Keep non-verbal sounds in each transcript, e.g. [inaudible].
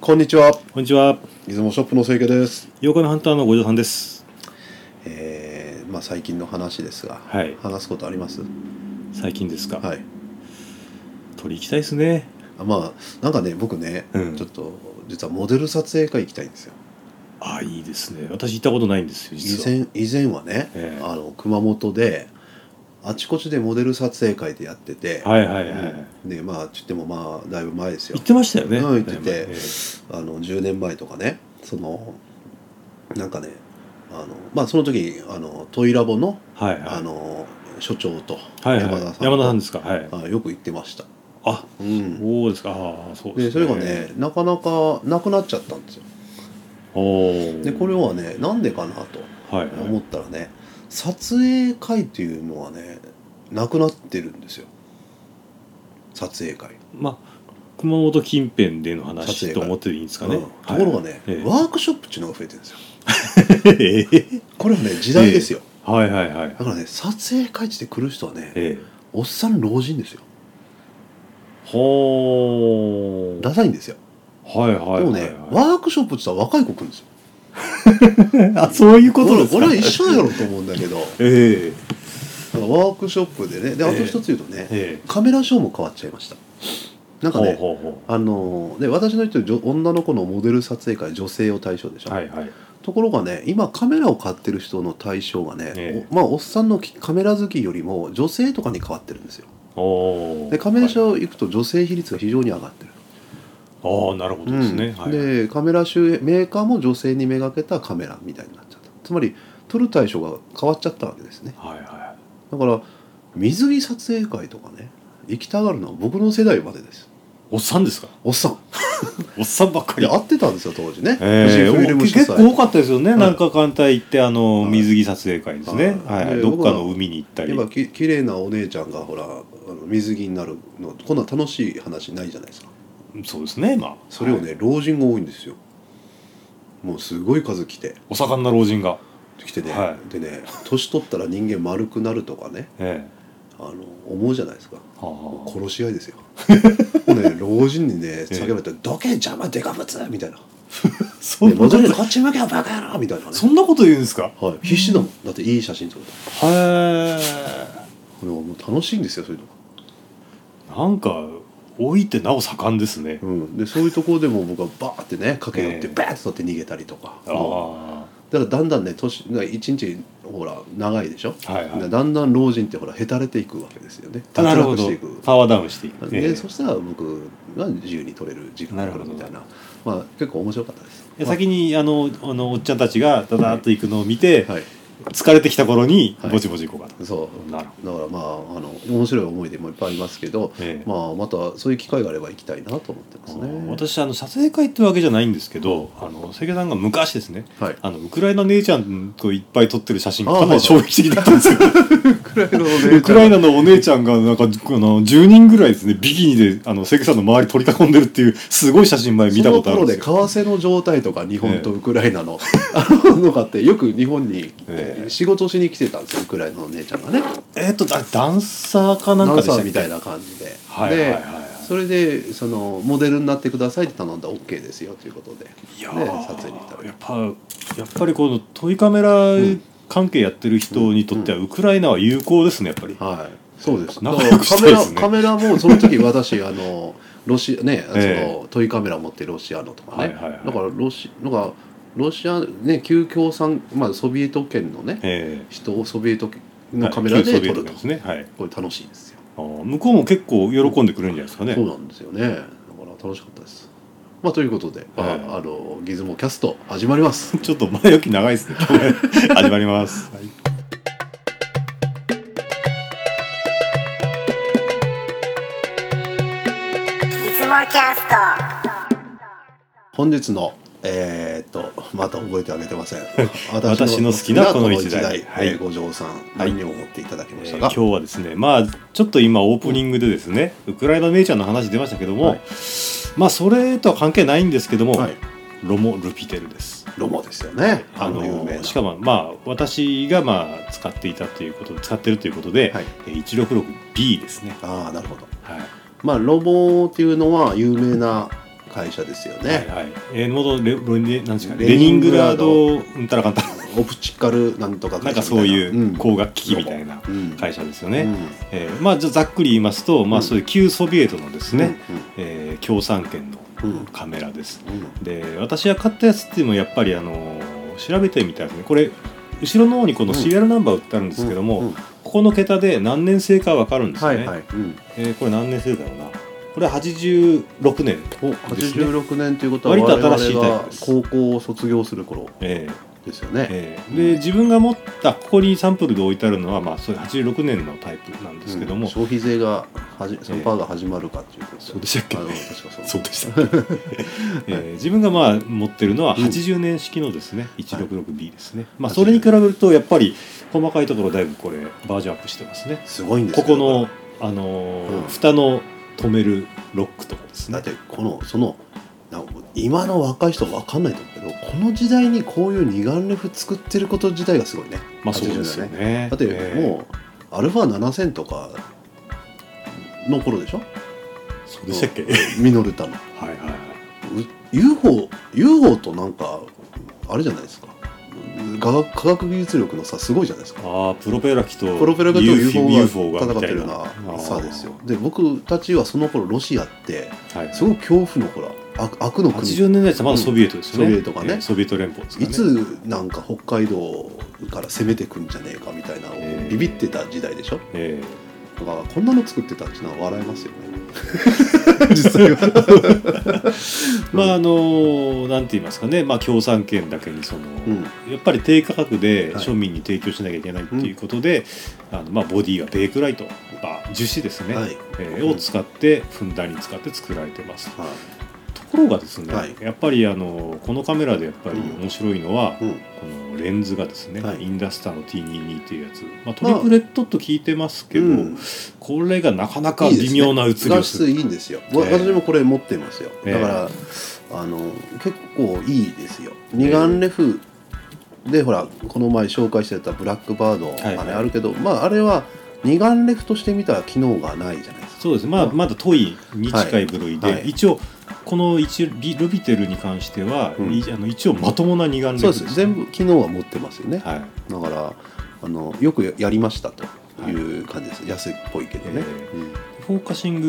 こんにちは。こんにちは。出雲ショップの清家です。妖怪のハンターの五条さんです。えー、まあ最近の話ですが、はい。話すことあります？最近ですか。はい。取り行きたいですね。あまあなんかね僕ね、うんちょっと実はモデル撮影会行きたいんですよ。ああ、いいですね。私行ったことないんですよ。以実は。前以前はね、ええあの熊本であちこちでモデル撮影会でやってて、はいはいはい。でまあちってもまあだいぶ前ですよ行っ。てましたよね。うん行っててだいぶ前えあの10年前とかね、そのなんかね、あのまあその時あのトイラボのえはいあはの所長とい。はい山は田いさん,、。山田さんですか。はい。あよく行ってました、あ、うん、そうですか。ああ、そうでですそね。れがね。なかなかなくなっちゃったんですよおお。でこれはねなんでかなとはいはい。思ったらね撮影会っていうのはねなくなってるんですよ撮影会まあ熊本近辺での撮影話会と思っていいんですかうねん。ところがね、ええワークショップっていうのが増えてるんですよはい。 [laughs] ええこれはね時代ですよ、はいはいはいだ。からね撮影会って来る人はね、ええ。おっさん老人ですよほー。ダサいんですよ、はいはいはいはい。でもねワークショップって言ったら若い子来るんですよあそういうこと俺ですか。俺は一緒やろうと思うんだけどええだからワークショップでねであと一つ言うとね、ええ。カメラショーも変わっちゃいましたなんかねほうほうほあのーで私の言ってる女女の子のモデル撮影会女性を対象でしょ、う。はいはい。ところがね今カメラを買ってる人の対象がね、ええおまあおっさんのきカメラ好きよりも女性とかに変わってるんですよおお。でカメラシはいョー行くと女性比率が非常に上がってる、ああなるほどですね。うんはい。でカメラ集メーカーも女性にめがけたカメラみたいになっちゃったつまり撮る対象が変わっちゃったわけですねはいはだから水着撮影会とかね行きたがるのは僕の世代までですい。おっさんですか。おっさんおっさんばっかいりや。合ってたんですよ当時ね、え富士フえィルム主催結構多かったですよね、はいなんか艦隊行ってあのはい水着撮影会ですね、はいはいでどっかの海に行ったり今き綺麗なお姉ちゃんがほらあの水着になるのこんな楽しい話ないじゃないですかそうですねまあそれをはいね、老人が多いんですよもうすごい数来てお盛んな老人が、来てね、はでね年取ったら人間丸くなるとかねえあの思うじゃないですかえはあ殺し合いです [laughs] よもうね老人にね叫ばれて「どけ邪魔デカブツ!」みたいな「そでんなこ戻とれこっち向けよバカ野郎!」みたいなねそんなこと言うんですかへはい、必死だもんだっていい写真撮るとえこれはもう楽しいんですよそういうのが、なんか老いてなお盛んですね、うん、でそういうところでも僕はバーってね駆け寄ってええバーッと取って逃げたりとか、あだからだんだんね年だから一日ほら長いでしょ、あはいはいだんだん老人ってほらへたれていくわけですよねあなるほどしていくパワーダウンしていく、で、ええそしたら僕が自由に撮れる時間があるみたいなまあ結構面白かったですで先にあのあのおっちゃんたちがダダーッと行くのを見て、はい疲れてきた頃にはいぼちぼち行こうかと、そうなるほだからまああの面白い思い出もいっぱいありますけど、ど、ええまあ、またそういう機会があれば行きたいなと思ってまあすのね。私あの撮影会ってわけじゃないんですけどあの関根さんが昔ですねはい、あのウクライナ姉ちゃんといっぱい撮ってる写真があーかなり衝撃的だったんです [laughs] よウクライナのウクライナナのお姉ちゃんがなんかあの10人ぐらいですねビキニであの関根さんの周り取り囲んでるっていうすごい写真前見たことあるんですよその頃で為替の状態とか日本とウクライナの、あののかってよく日本にええ仕事しに来てたんですよウクライナの姉ちゃんがねえっ、とだダンサーかなんダかンでしサたーっけみたいな感じで、はいはいはい、ではいそれでそのモデルになってくださいって頼んだら OK ですよということでいやねー撮影に行ったわけやっぱやっぱりこのトイカメラ関係やってる人にとってはウクライナは有効ですねやっぱり、はいそうです仲良くしたいですねカメラカメラもその時私あのロシアね、ええそのトイカメラ持ってロシアのとかね、はいはいはいだからロシなんかロシアね旧共産まあソビエト圏のね、え人をソビエトえのカメラで旧ソビエ撮トるなと、んですね、はい、これ楽しいですよ、あー向こうも結構喜んでくれるんじゃないですかねそうなんですよねだから楽しかったですまあということで、まあはいあのギズモキャスト始まります [laughs] ちょっと前置き長いですね [laughs] 始まります、はいいつもキャスト本日のえーっとまた覚えてあげてません [laughs] 私の好きなこの一台はいえー五条さんはい何を持っていただきまえしーたか、今日はですねまあちょっと今オープニングでですね、ウクライナ姉ちゃんの話出ましたけども、はいまあそれとは関係ないんですけども、はいロモ・ルピテルですロモですよねああのの有名なしかもまあ私がまあ使っていたということ使ってるということで、はいえー 166B ですね、ああなるほどはい、まあロボっていうのは有名な会社ですよね、はいはいえー、元レロレなんですかレレニニンンググララーードドうんたらかんたら [laughs] オプチカルなんとかな会社みんかたそういうこ光学機器みたいなうんうん会社ですようね、んえーまあ、じゃあざっくり言いますと、まあ、そういう旧ソビエトのですね、えー共産圏のうんうんカメラですうんで私が買ったやつっていうのはやっぱりあのー調べてみたんですねこれ後ろの方にこのシリアルナンバー売ってあるんですけども、うんここの桁で何年生かわかるんですよはね、いはい、うんえーこれ何年生だろうなこれは86年ですね、 86年ということは割我と々新しいタイプがです高校を卒業する頃えーですよね、えーで自分が持ったここにサンプルで置いてあるのは、まあ、それ86年のタイプなんですけども、うん消費税がはじそのパーが始まるかっていうことそうでしたっけあの確かそうそうでした、 [laughs] えー自分がまあ持ってるのは80年式のですね、166B ですね、まあ、それに比べるとやっぱり細かいところだいぶこれバージョンアップしてますねすごいんですこよこの、あのーうん蓋の止めるロックとかですだねってこのそのな今の若い人分かんないと思うけどこの時代にこういう二眼レフ作ってること自体がすごいねまあそうですよ80ねだってえーもう、アルファ7000とかの頃でしょそうでしたっけはいミノルタのうはいはい UFO, UFO となんかあれじゃないですか科学科学技術力の差すごいじゃないですかああプロペラ機とプロペラがと UFO が UFO が戦みってたいるよなうあーな差ですよで僕たちはその頃ロシアってはいすごく恐怖のほら悪悪の国80年代ってまだソビエトですよね、うんソビエトがねえーソビエト連邦ですかいねつなんか北海道から攻めてくんじゃねえかみたいなえービビってた時代でしょえだーからこんなの作ってたっていうのは笑えます [laughs] よね実際はまああのなんて言いますかね、まあ、共産圏だけにその、うんやっぱり低価格ではい庶民に提供しなきゃいけないっていうことで、あのまあ、ボディはベークライト、まあ、樹脂ですね、はいえーを使ってふんだんに使って作られてますはところがですね、はいやっぱりあのこのカメラでやっぱり面白いのは、いうんこのレンズがですね、はいインダスタの T22 っていうやつ、まあ、トまあリプレットと聞いてますけど、うんこれがなかなかいいです微ね妙な写りを画す質るいいんですよ、わええ私もこれ持ってますよええだから、あの結構いいですよ二眼レフでほらこの前紹介してたブラックバードはいはあいれあるけど、まああれは二眼レフとして見たら機能がないじゃないですかそうですまあまだ遠いに近い部類で、はいはい一応この一ビルビテルに関しては、うんいあの一応まともな二眼レフそうですね全部機能は持ってますよね、はい、だからあのよくやりましたという感じです、安っぽいけどね、えフォーカシン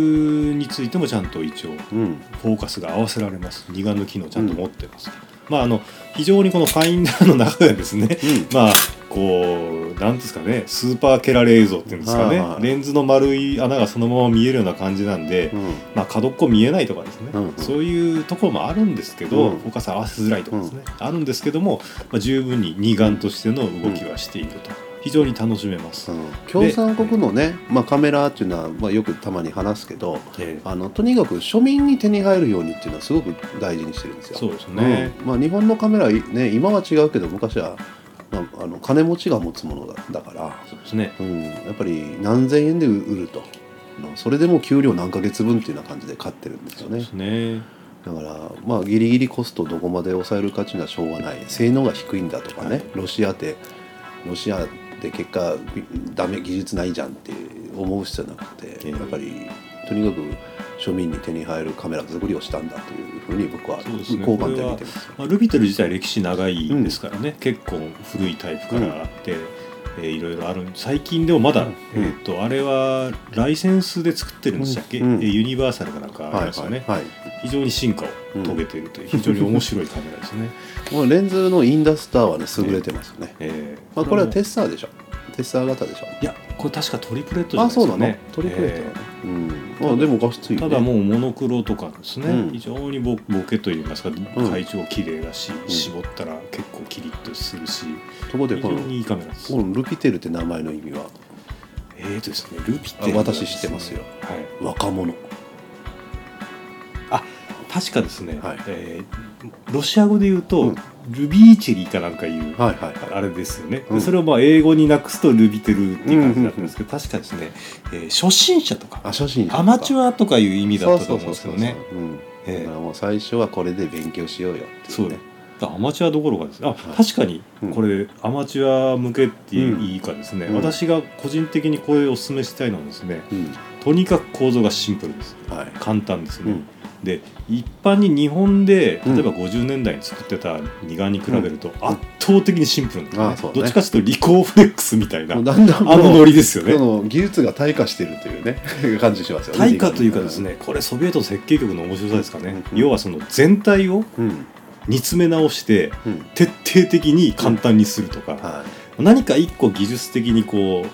グについてもちゃんと一応うんうんフォーカスが合わせられます二眼の機能ちゃんと持ってます、まああの非常にこのファインダーの中でですね [laughs] まあこうなんですかねスーパーケラレ映像っていうんですかね、はいはいレンズの丸い穴がそのまま見えるような感じなんで、うんまあ、角っこ見えないとかですね、うんうんそういうところもあるんですけど、うんフォーカス合わせづらいとかですね、あるんですけども、まあ、十分に二眼としての動きはしていると、非常に楽しめます。うん共産国のね、まあ、カメラっていうのは、まあ、よくたまに話すけどええあのとにかく庶民に手に入るようにっていうのはすごく大事にしてるんですよ。そうですね、うんまあ、日本のカメラ、ね、今は違うけど昔は、まあ、あの金持ちが持つものだだから、そうですねうん、やっぱり何千円で売るとうんそれでもう給料何ヶ月分っていうような感じで買ってるんですそようでねすねだから、まあ、ギリギリコストどこまで抑える価値はしょうがない性能が低いんだとかね、はいロシアでロシアで結果ぎダメ技術ないじゃんって思う必要なくて、ええやっぱりとにかく庶民に手に入るカメラ作りをしたんだというふうに僕はそうですね好感で見てます。まあ、ルビテル自体歴史長いですからね、結構古いタイプからあって、えーいろいろある最近でもまうだ、んえーっとあれはライセンスで作ってるんでしたっけ、うんえーユニバーサルかなんかありましたね、はいはい非常に進化を遂げていると [laughs] いう非常に面白いカメラですね。このレンズのインダスターはね優れてますよね、えーまあ、これはもテッサーでしょテッサー型でしょいやこれ確かトリプレットじゃないあですそうかなのね。トリプレートだえね、うん、まあでも画質いい、ーね、ただもうモノクロとかですね、うん非常にボボケといいますかん会長綺麗だし、ん絞ったら結構キリッとするしところで非こ常のにいいカメラですこ。のルピテルって名前の意味はえーとですねルピテルあ私知ってますよはい、若者確かですね、はいえーロシア語で言うと、うんルビーチェリーかなんかいうはいはいはいあれですよね、でうんそれをまあ英語になくすとルビテルっていう感じだったんですけど、確かですね、えー初心者とかあ初心者アマチアュアとかいう意味だったと思うんですけどねうんだえからーもう最初はこれで勉強しようよっていそううだねからアマチュアどころかですねあ、い確かにうんこれアマチュア向けっていいかですね、うん私が個人的にこれをおすすめしたいのはですねうんとにかく構造がシンプルですはい簡単ですね、うんで一般に日本でうん例えば50年代に作ってた二眼に比べると圧倒的にシンプルなんだよああそうねどっちかというとリコーフレックスみたいなもうだんだんあのノリですよこね。の技術が退化してるというね感じしますよね対価というかですねこれソビエトの設計局の面白さですかね、うん要はその全体をうん煮詰め直してうん徹底的に簡単にするとか、は何か一個技術的にこい、う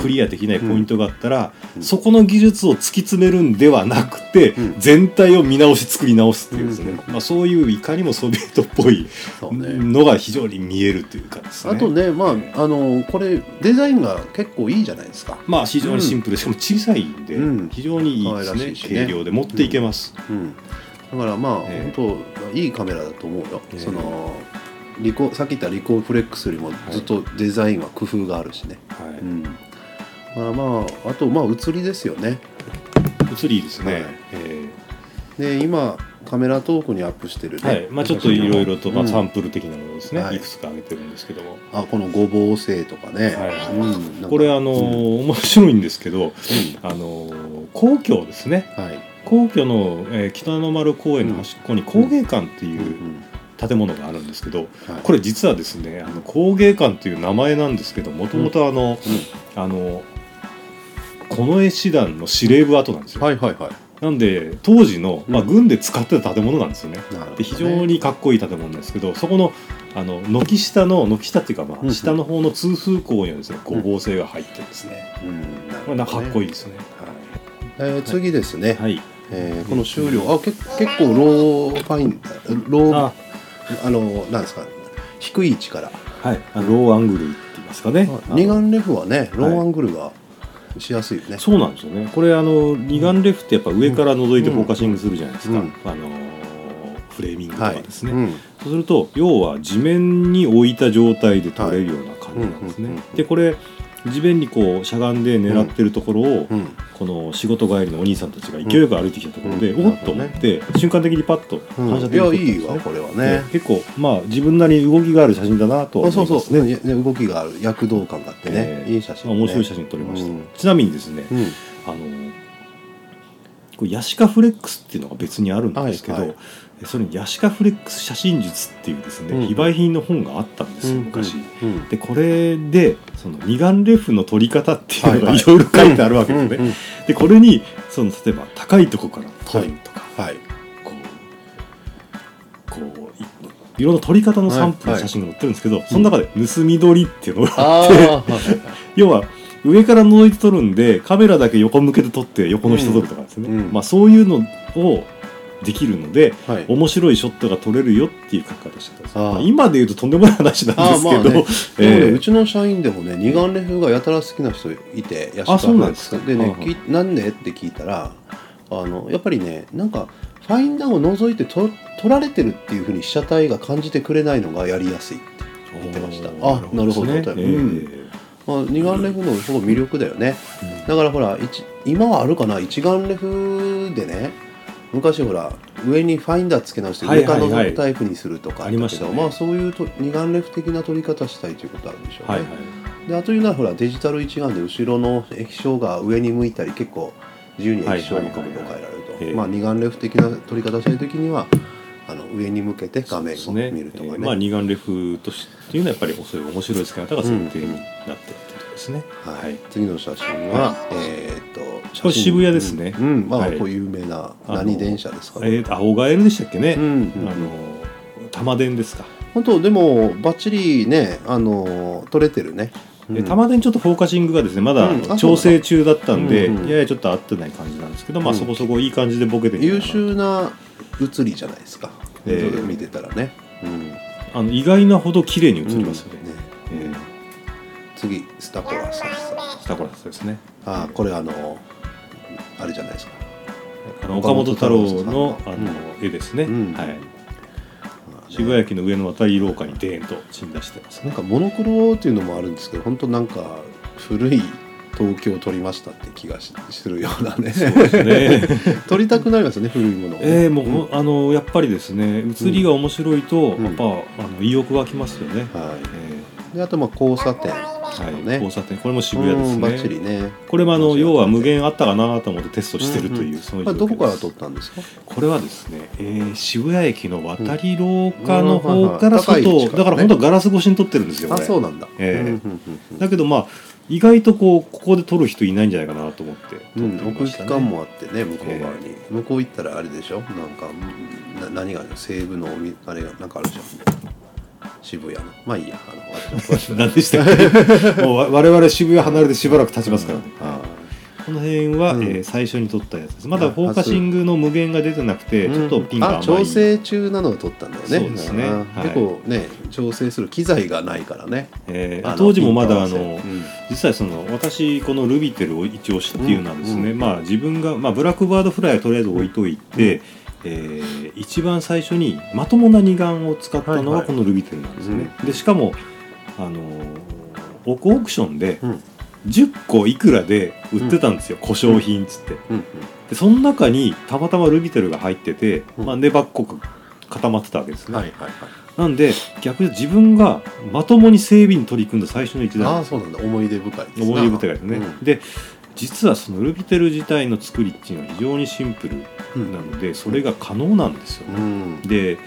クリアできないポイントがあったら、うんそこの技術を突き詰めるんではなくて、うん全体を見直し作り直すっていうですね、うんうまあ、そういういかにもソビエトっぽいそうね、のが非常に見えるというかですね。あとねまあねあのこれデザインが結構いいじゃないですか、まあ非常にシンプルでしかも小さいんで、うん非常にいいで可す愛ねらしいしね軽量で持っていけます、うん、だからまあ、ええ本当いいカメラだと思うよ、ええそのリコさっき言ったリコーフレックスよりもずっとデザインは工夫があるしね、はいうんだからまああとまあ写りですよね映りいいですね、はいえで今カメラトークにアップしてるーね、はいまあ、ちょっといろいろと、まうあ、んサンプル的なものですね、はいい、くつか挙げてるんですけども、あこのごぼう製とかね、はいうんなんかこれあのうんー面白いんですけどあのー皇居ですねはい皇居の、えー北の丸公園の端っこに工芸館ってういうん建物があるんですけどはいこれ実はですねあの工芸館という名前なんですけどもともとあの、あの近衛師団の司令部跡なんですよ、はいはいはいなんで当時の、まあ、うん軍で使ってた建物なんですよね、なるほどねで非常にかっこいい建物なんですけどそこのあの軒下の軒下っていうか、まうんうあ、ん下の方の通風口にはですねごぼう製が入ってるんですね、うんなるこほどれねなかっこいいですねえー次ですね、はいえーこの終了あけ結構ローファインローああのなんですか低い位置からはいあローアングルって言いますかねあの二眼レフはねローアングルがしやすいよね、そうなんですよねこれあの二眼レフってやっぱ上から覗いてフォーカシングするじゃないですか、うんあのーフレーミングとはかいですね、うんそうすると要は地面に置いた状態で撮れるような感じなんですね。はいうんうんうんでこれ地面にこうしゃがんで狙ってるところを、うんこの仕事帰りのお兄さんたちが勢いよく歩いてきたところで、うんおっと思って、瞬間的にパッとうん反射い的にや撮ったんですねいいわこれはねで結構まあ自分なりに動きがある写真だなと思あいます、そね、うそう、ねね動きがある躍動感があってね、えーいい写真、まね、あ面白い写真真撮りました、うんちなみにですねうんあのこれヤシカフレックスっていうのが別にあるんですけど、はいはそれにヤシカフレックス写真術っていうですね、うん非売品の本があったんですよ昔、うんでこれでその二眼レフの撮り方っていうのはがいはいいろいろ書いてあるわけですね、うん [laughs] うんでこれにその例えば高いとこから撮るとか、はいこうこういいろんな撮り方のサンプルの写真が載ってるんですけど、その中で盗み撮りっていうのがあ要は上から覗いて撮るんでカメラだけ横向けて撮って横の人撮るとかですね、うんうんまあ、そういうのをできるのであはい面白いショットが撮れるよっていう書き方してたんですよああまあ今で言うととんでもない話なんですけどああまあねでもねええうちの社員でもね二眼レフがやたら好きな人いてヤシカそうなんですかでね、はいはいきなんでって聞いたらあのやっぱりねなんかファインダーを覗いてと撮られてるっていうふうに被写体が感じてくれないのがやりやすいって、言ってましたあなるほどですうんええまあ、二眼レフのすごい魅力だよねだからほら一今はあるかな一眼レフでね昔ほら上にファインダーつけ直してはい上はかいらはい覗くタイプにするとかあったけどりましたねまあそういうと二眼レフ的な撮り方したいということあるでしょうね。はいはいであというのはほらデジタル一眼で後ろの液晶が上に向いたり結構自由に液晶の角度を変えられると、はいはいはいはいええまあ、二眼レフ的な撮り方してる時にはあの上に向けて画面をそうです見るとかねええまあ、二眼レフとしてっていうのはやっぱりそういう面白い使い方が設定になってるってことですね、ははいい、次の写真は、えーっと写真これ渋谷ですねうん、うんまあはいこう有名なあの何電車ですかね、えー、青ガエルでしたっけね、うんうんあの玉電ですか、本当でもバッチリねあの撮れてるね、でうん玉電ちょっとフォーカシングがですねまだうんあそうなんだ調整中だったんで、うんうんややちょっと合ってない感じなんですけど、うまあんそこそこいい感じでボケてる優秀な写りじゃないですか、ええそれを見てたらね、うんあの意外なほど綺麗に映りますよね,、うんえー次スタコラサッサスタコラスですねあーこれあのあれじゃないですかあの岡岡本太本太郎郎さんののあの、絵ですね、うんはい、渋谷ね駅の上の渡り廊下にデーンと鎮座してますなんねかモノクロっていうのもあるんですけど本当なんか古い東京を撮りましたって気がしするようなねね撮りたくなりますよね古いものをねえーもう、あのやっぱりですね映りが面白いと、うんやっぱあの意欲湧きますよね、はえーい、であとまあ交差点あのはい、ね交差点これも渋谷うんバッですチねリねこれもあの要は無限あったかなと思ってテストしてるといんう、んそのこれどこから撮とったんですかこれはですね、えー渋谷駅の渡り廊下の方かうらん高い位外を、置からねだから本当ガラス越しに撮ってるんですよあこれそうなんだうええんうんうんだけどまあ意外とこうここで撮る人いないんじゃないかなと思って撮ってうん、み奥ま行したきね感もあってね向こう側に、向こう行ったらあれでしょなんかな何があるの西武のおみあれがなんかあるじゃん渋谷のまあいいやあの [laughs] 私の詳しく何でし [laughs] たっけもうわ我々渋谷離れてしばらく経ちますからね、あこの辺は、うんえー最初に撮ったやつですまだフォーカシングの無限が出てなくて、ーちょっとピンがあ甘い調整中なのを撮ったんだよねそうですねうんはい結構ね調整する機材がないからねえーあの当時もまだあピンと合のわせうん実際その私このルビテルを一応したっていうのはですね、うんまあ自分が、まあ、ブラックバードフライはとりあえず置いといて、えー一番最初にまともな二眼を使ったのはいがはいこのルビテルなんですね、でしかもあのーオークションでうん10個いくらで売ってたんですよ、故障品っつってうんでその中にたまたまルビテルが入ってて、うんまあ、粘っこく固まってたわけですうんね、はいはいはいなんで逆に自分がまともに整備に取り組んだ最初の一台ああそうなんだ思い出深いですな思い出深いですね、うんで実はそのルビテル自体の作りっていうのは非常にシンプルうんなのでそれが可能なんですよ、うんで、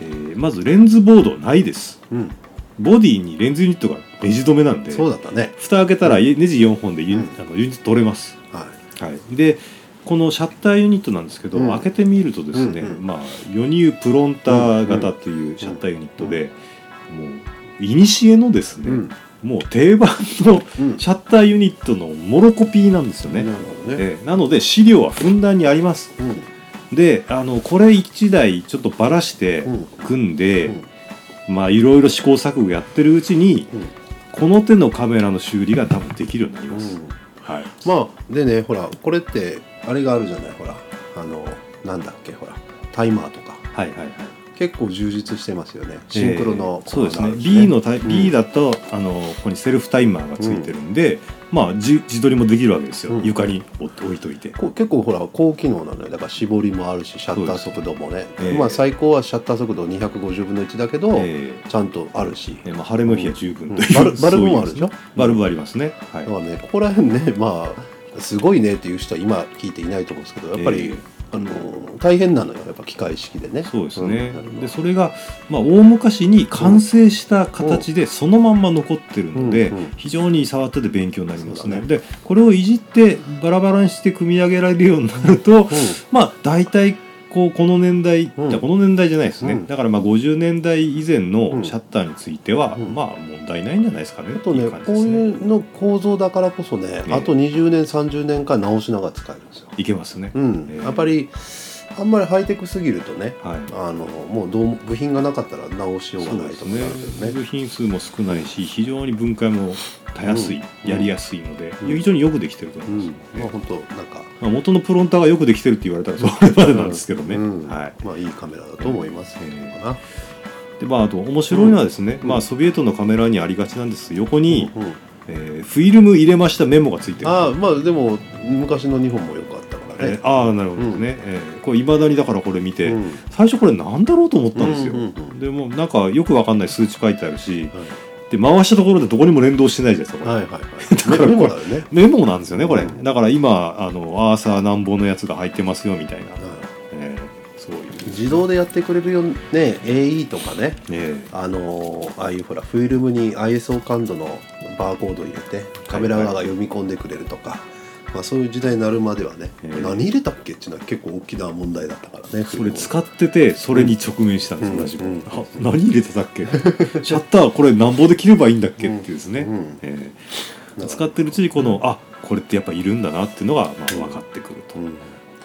えーまずレンズボードないですうんボディにレンズユニットがネジ止めなんでそうだったね蓋開けたらネジ4本でユニ,、うんあのユニット取れます、ははい、でこのシャッターユニットなんですけど、うん開けてみるとですね、うんうんまあヨニュープロンター型というシャッターユニットで、もういにしえのですいね、もう定番のうんシャッターユニットのモロコピーなんですよね。なるほどねええなので資料はふんだんにあります。うんであのこれ1台ちょっとばらしてうん組んで、うんまあいろいろ試行錯誤やってるうちにうんこの手のカメラの修理が多分できるようになります。うんはい、まあでねほらこれってあれがあるじゃないほらあのなんだっけほらタイマーとかはいはいはい結構充実してますよねシンクロのええそうですねコーナーがあるし B のタイ、うん B だとあのここにセルフタイマーがついてるんで、まあ自自撮りもできるわけですよ、うん床に置いといて。こう結構ほら高機能なのよだから絞りもあるしシャッター速度もね、ええまあ最高はシャッター速度250分の1だけど、ええちゃんとあるし、ねまあ、晴れの日は十分という、バルバルブ [laughs] そういもうあるでしょバルブありますね、はいだからねここら辺ねまあすごいねっていう人は今聞いていないと思うんですけどやっぱり、ええあの大変なのよやっぱ機械式でねそうですね、んなるほどでそれが、まあ、大昔に完成した形でそのまんま残ってるので、うんうん非常に触ってて勉強になりますねそうでこれをいじってバラバラにして組み上げられるようになるうとんまあ大体こうこの年代、うんじゃあこの年代じゃないですね、うんだからまあ50年代以前うのんシャッターについては、うんまあ問題ないんじゃないですかねあとねっていう感じこうですねいうの構造だからこそね、えあと20年30年間直しながら使えるんですよ。いけますね、うんええやっぱりあんまりハイテクすぎるとねはいあのもうどうも部品がなかったら直しようがそうないですとかなるねけどね部品数も少ないし非常に分解もたやすい、うんやりやすいので、うん非常によくできてると思ういます、んまあ本当なんか、まあ、元のプロンターがよくできてるって言われたらそれまでなんですけどね、うんはいまあいいカメラだと思いますけどえな、でまあ、あと面白いのはですね、うんまあ、ソビエトのカメラにありがちなんです横に、うんえーフィルム入れましたメモがついてるああまあでも昔の日本も良かったからえねー、ああなるほどね、えーこれいまだにだからこれ見て、うん最初これなんだろうと思ったんですよ、うんうんうんでもなんかよくわかんない数値書いてあるしはいで回したところでどこにも連動してないじゃ [laughs] ないですかこはいれはいはいメメモだよね、メモなんですよねこれ、うんだから今あのアーサーなんぼのやつが入ってますよみたいな、うえーそういうん自動でやってくれるよね AE とかねえあのーああいうほらフィルムに ISO 感度のバーコード入れてカメラ側が読み込んでくれるとか、まあ、そういう時代になるまではね、ええ何入れたっけっていうのは結構大きな問題だったからねそれ使っっててそれに直面したんです、うん私も、うんあ何入れてたっけシャッターこれなんぼで切ればいいんだっけっていうですね、うんえーうん使ってるうちにこのあこれってやっぱいるんだなっていうのが、まあ、分かってくると、うん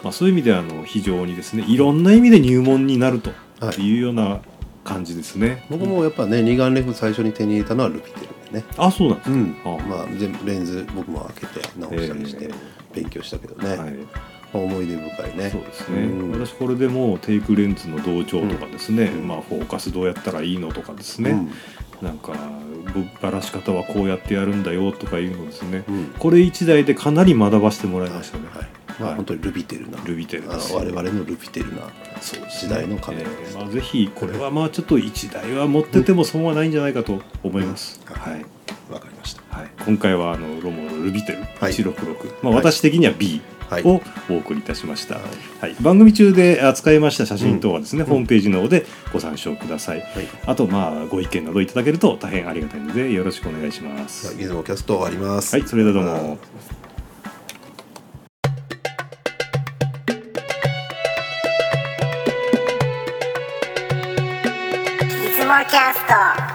まあ、そういう意味ではあの非常にですねいろんな意味で入門になるとはいいうような感じですね、僕もやっぱね二眼レフ最初に手に入れたのはルピテルでね、あそうなんですうんあまあ、全部レンズ僕も開けて直したりしてえ勉強したけどえね、はい思い出深いねそうですね、うん私これでもうテイクレンズの同調とかですね、うんまあ、フォーカスどうやったらいいのとかですうね、んなんかぶっばらし方はこうやってやるんだよとかいうのですねうんこれ一台でかなり学ばしてもらいましたね、はいまあ、本当にルビテルなルビテルあですの我々のルビテルな時代のカメラえです、えまあ、ぜひこれはまあちょっと一台は持ってても損はないんじゃないかと思います、うんはい、わかりましたは今回はあのロモのルビテルはい1666、まあ、はい私的には B はいをお送りいたしました、ははいい番組中で扱いました写真等はですね、んホームページの方でご参照ください、いあとまあご意見などいただけると大変ありがたいのでよろしくお願いします、ギズモキャスト終わりますはい、それではどうも。いつもキャスト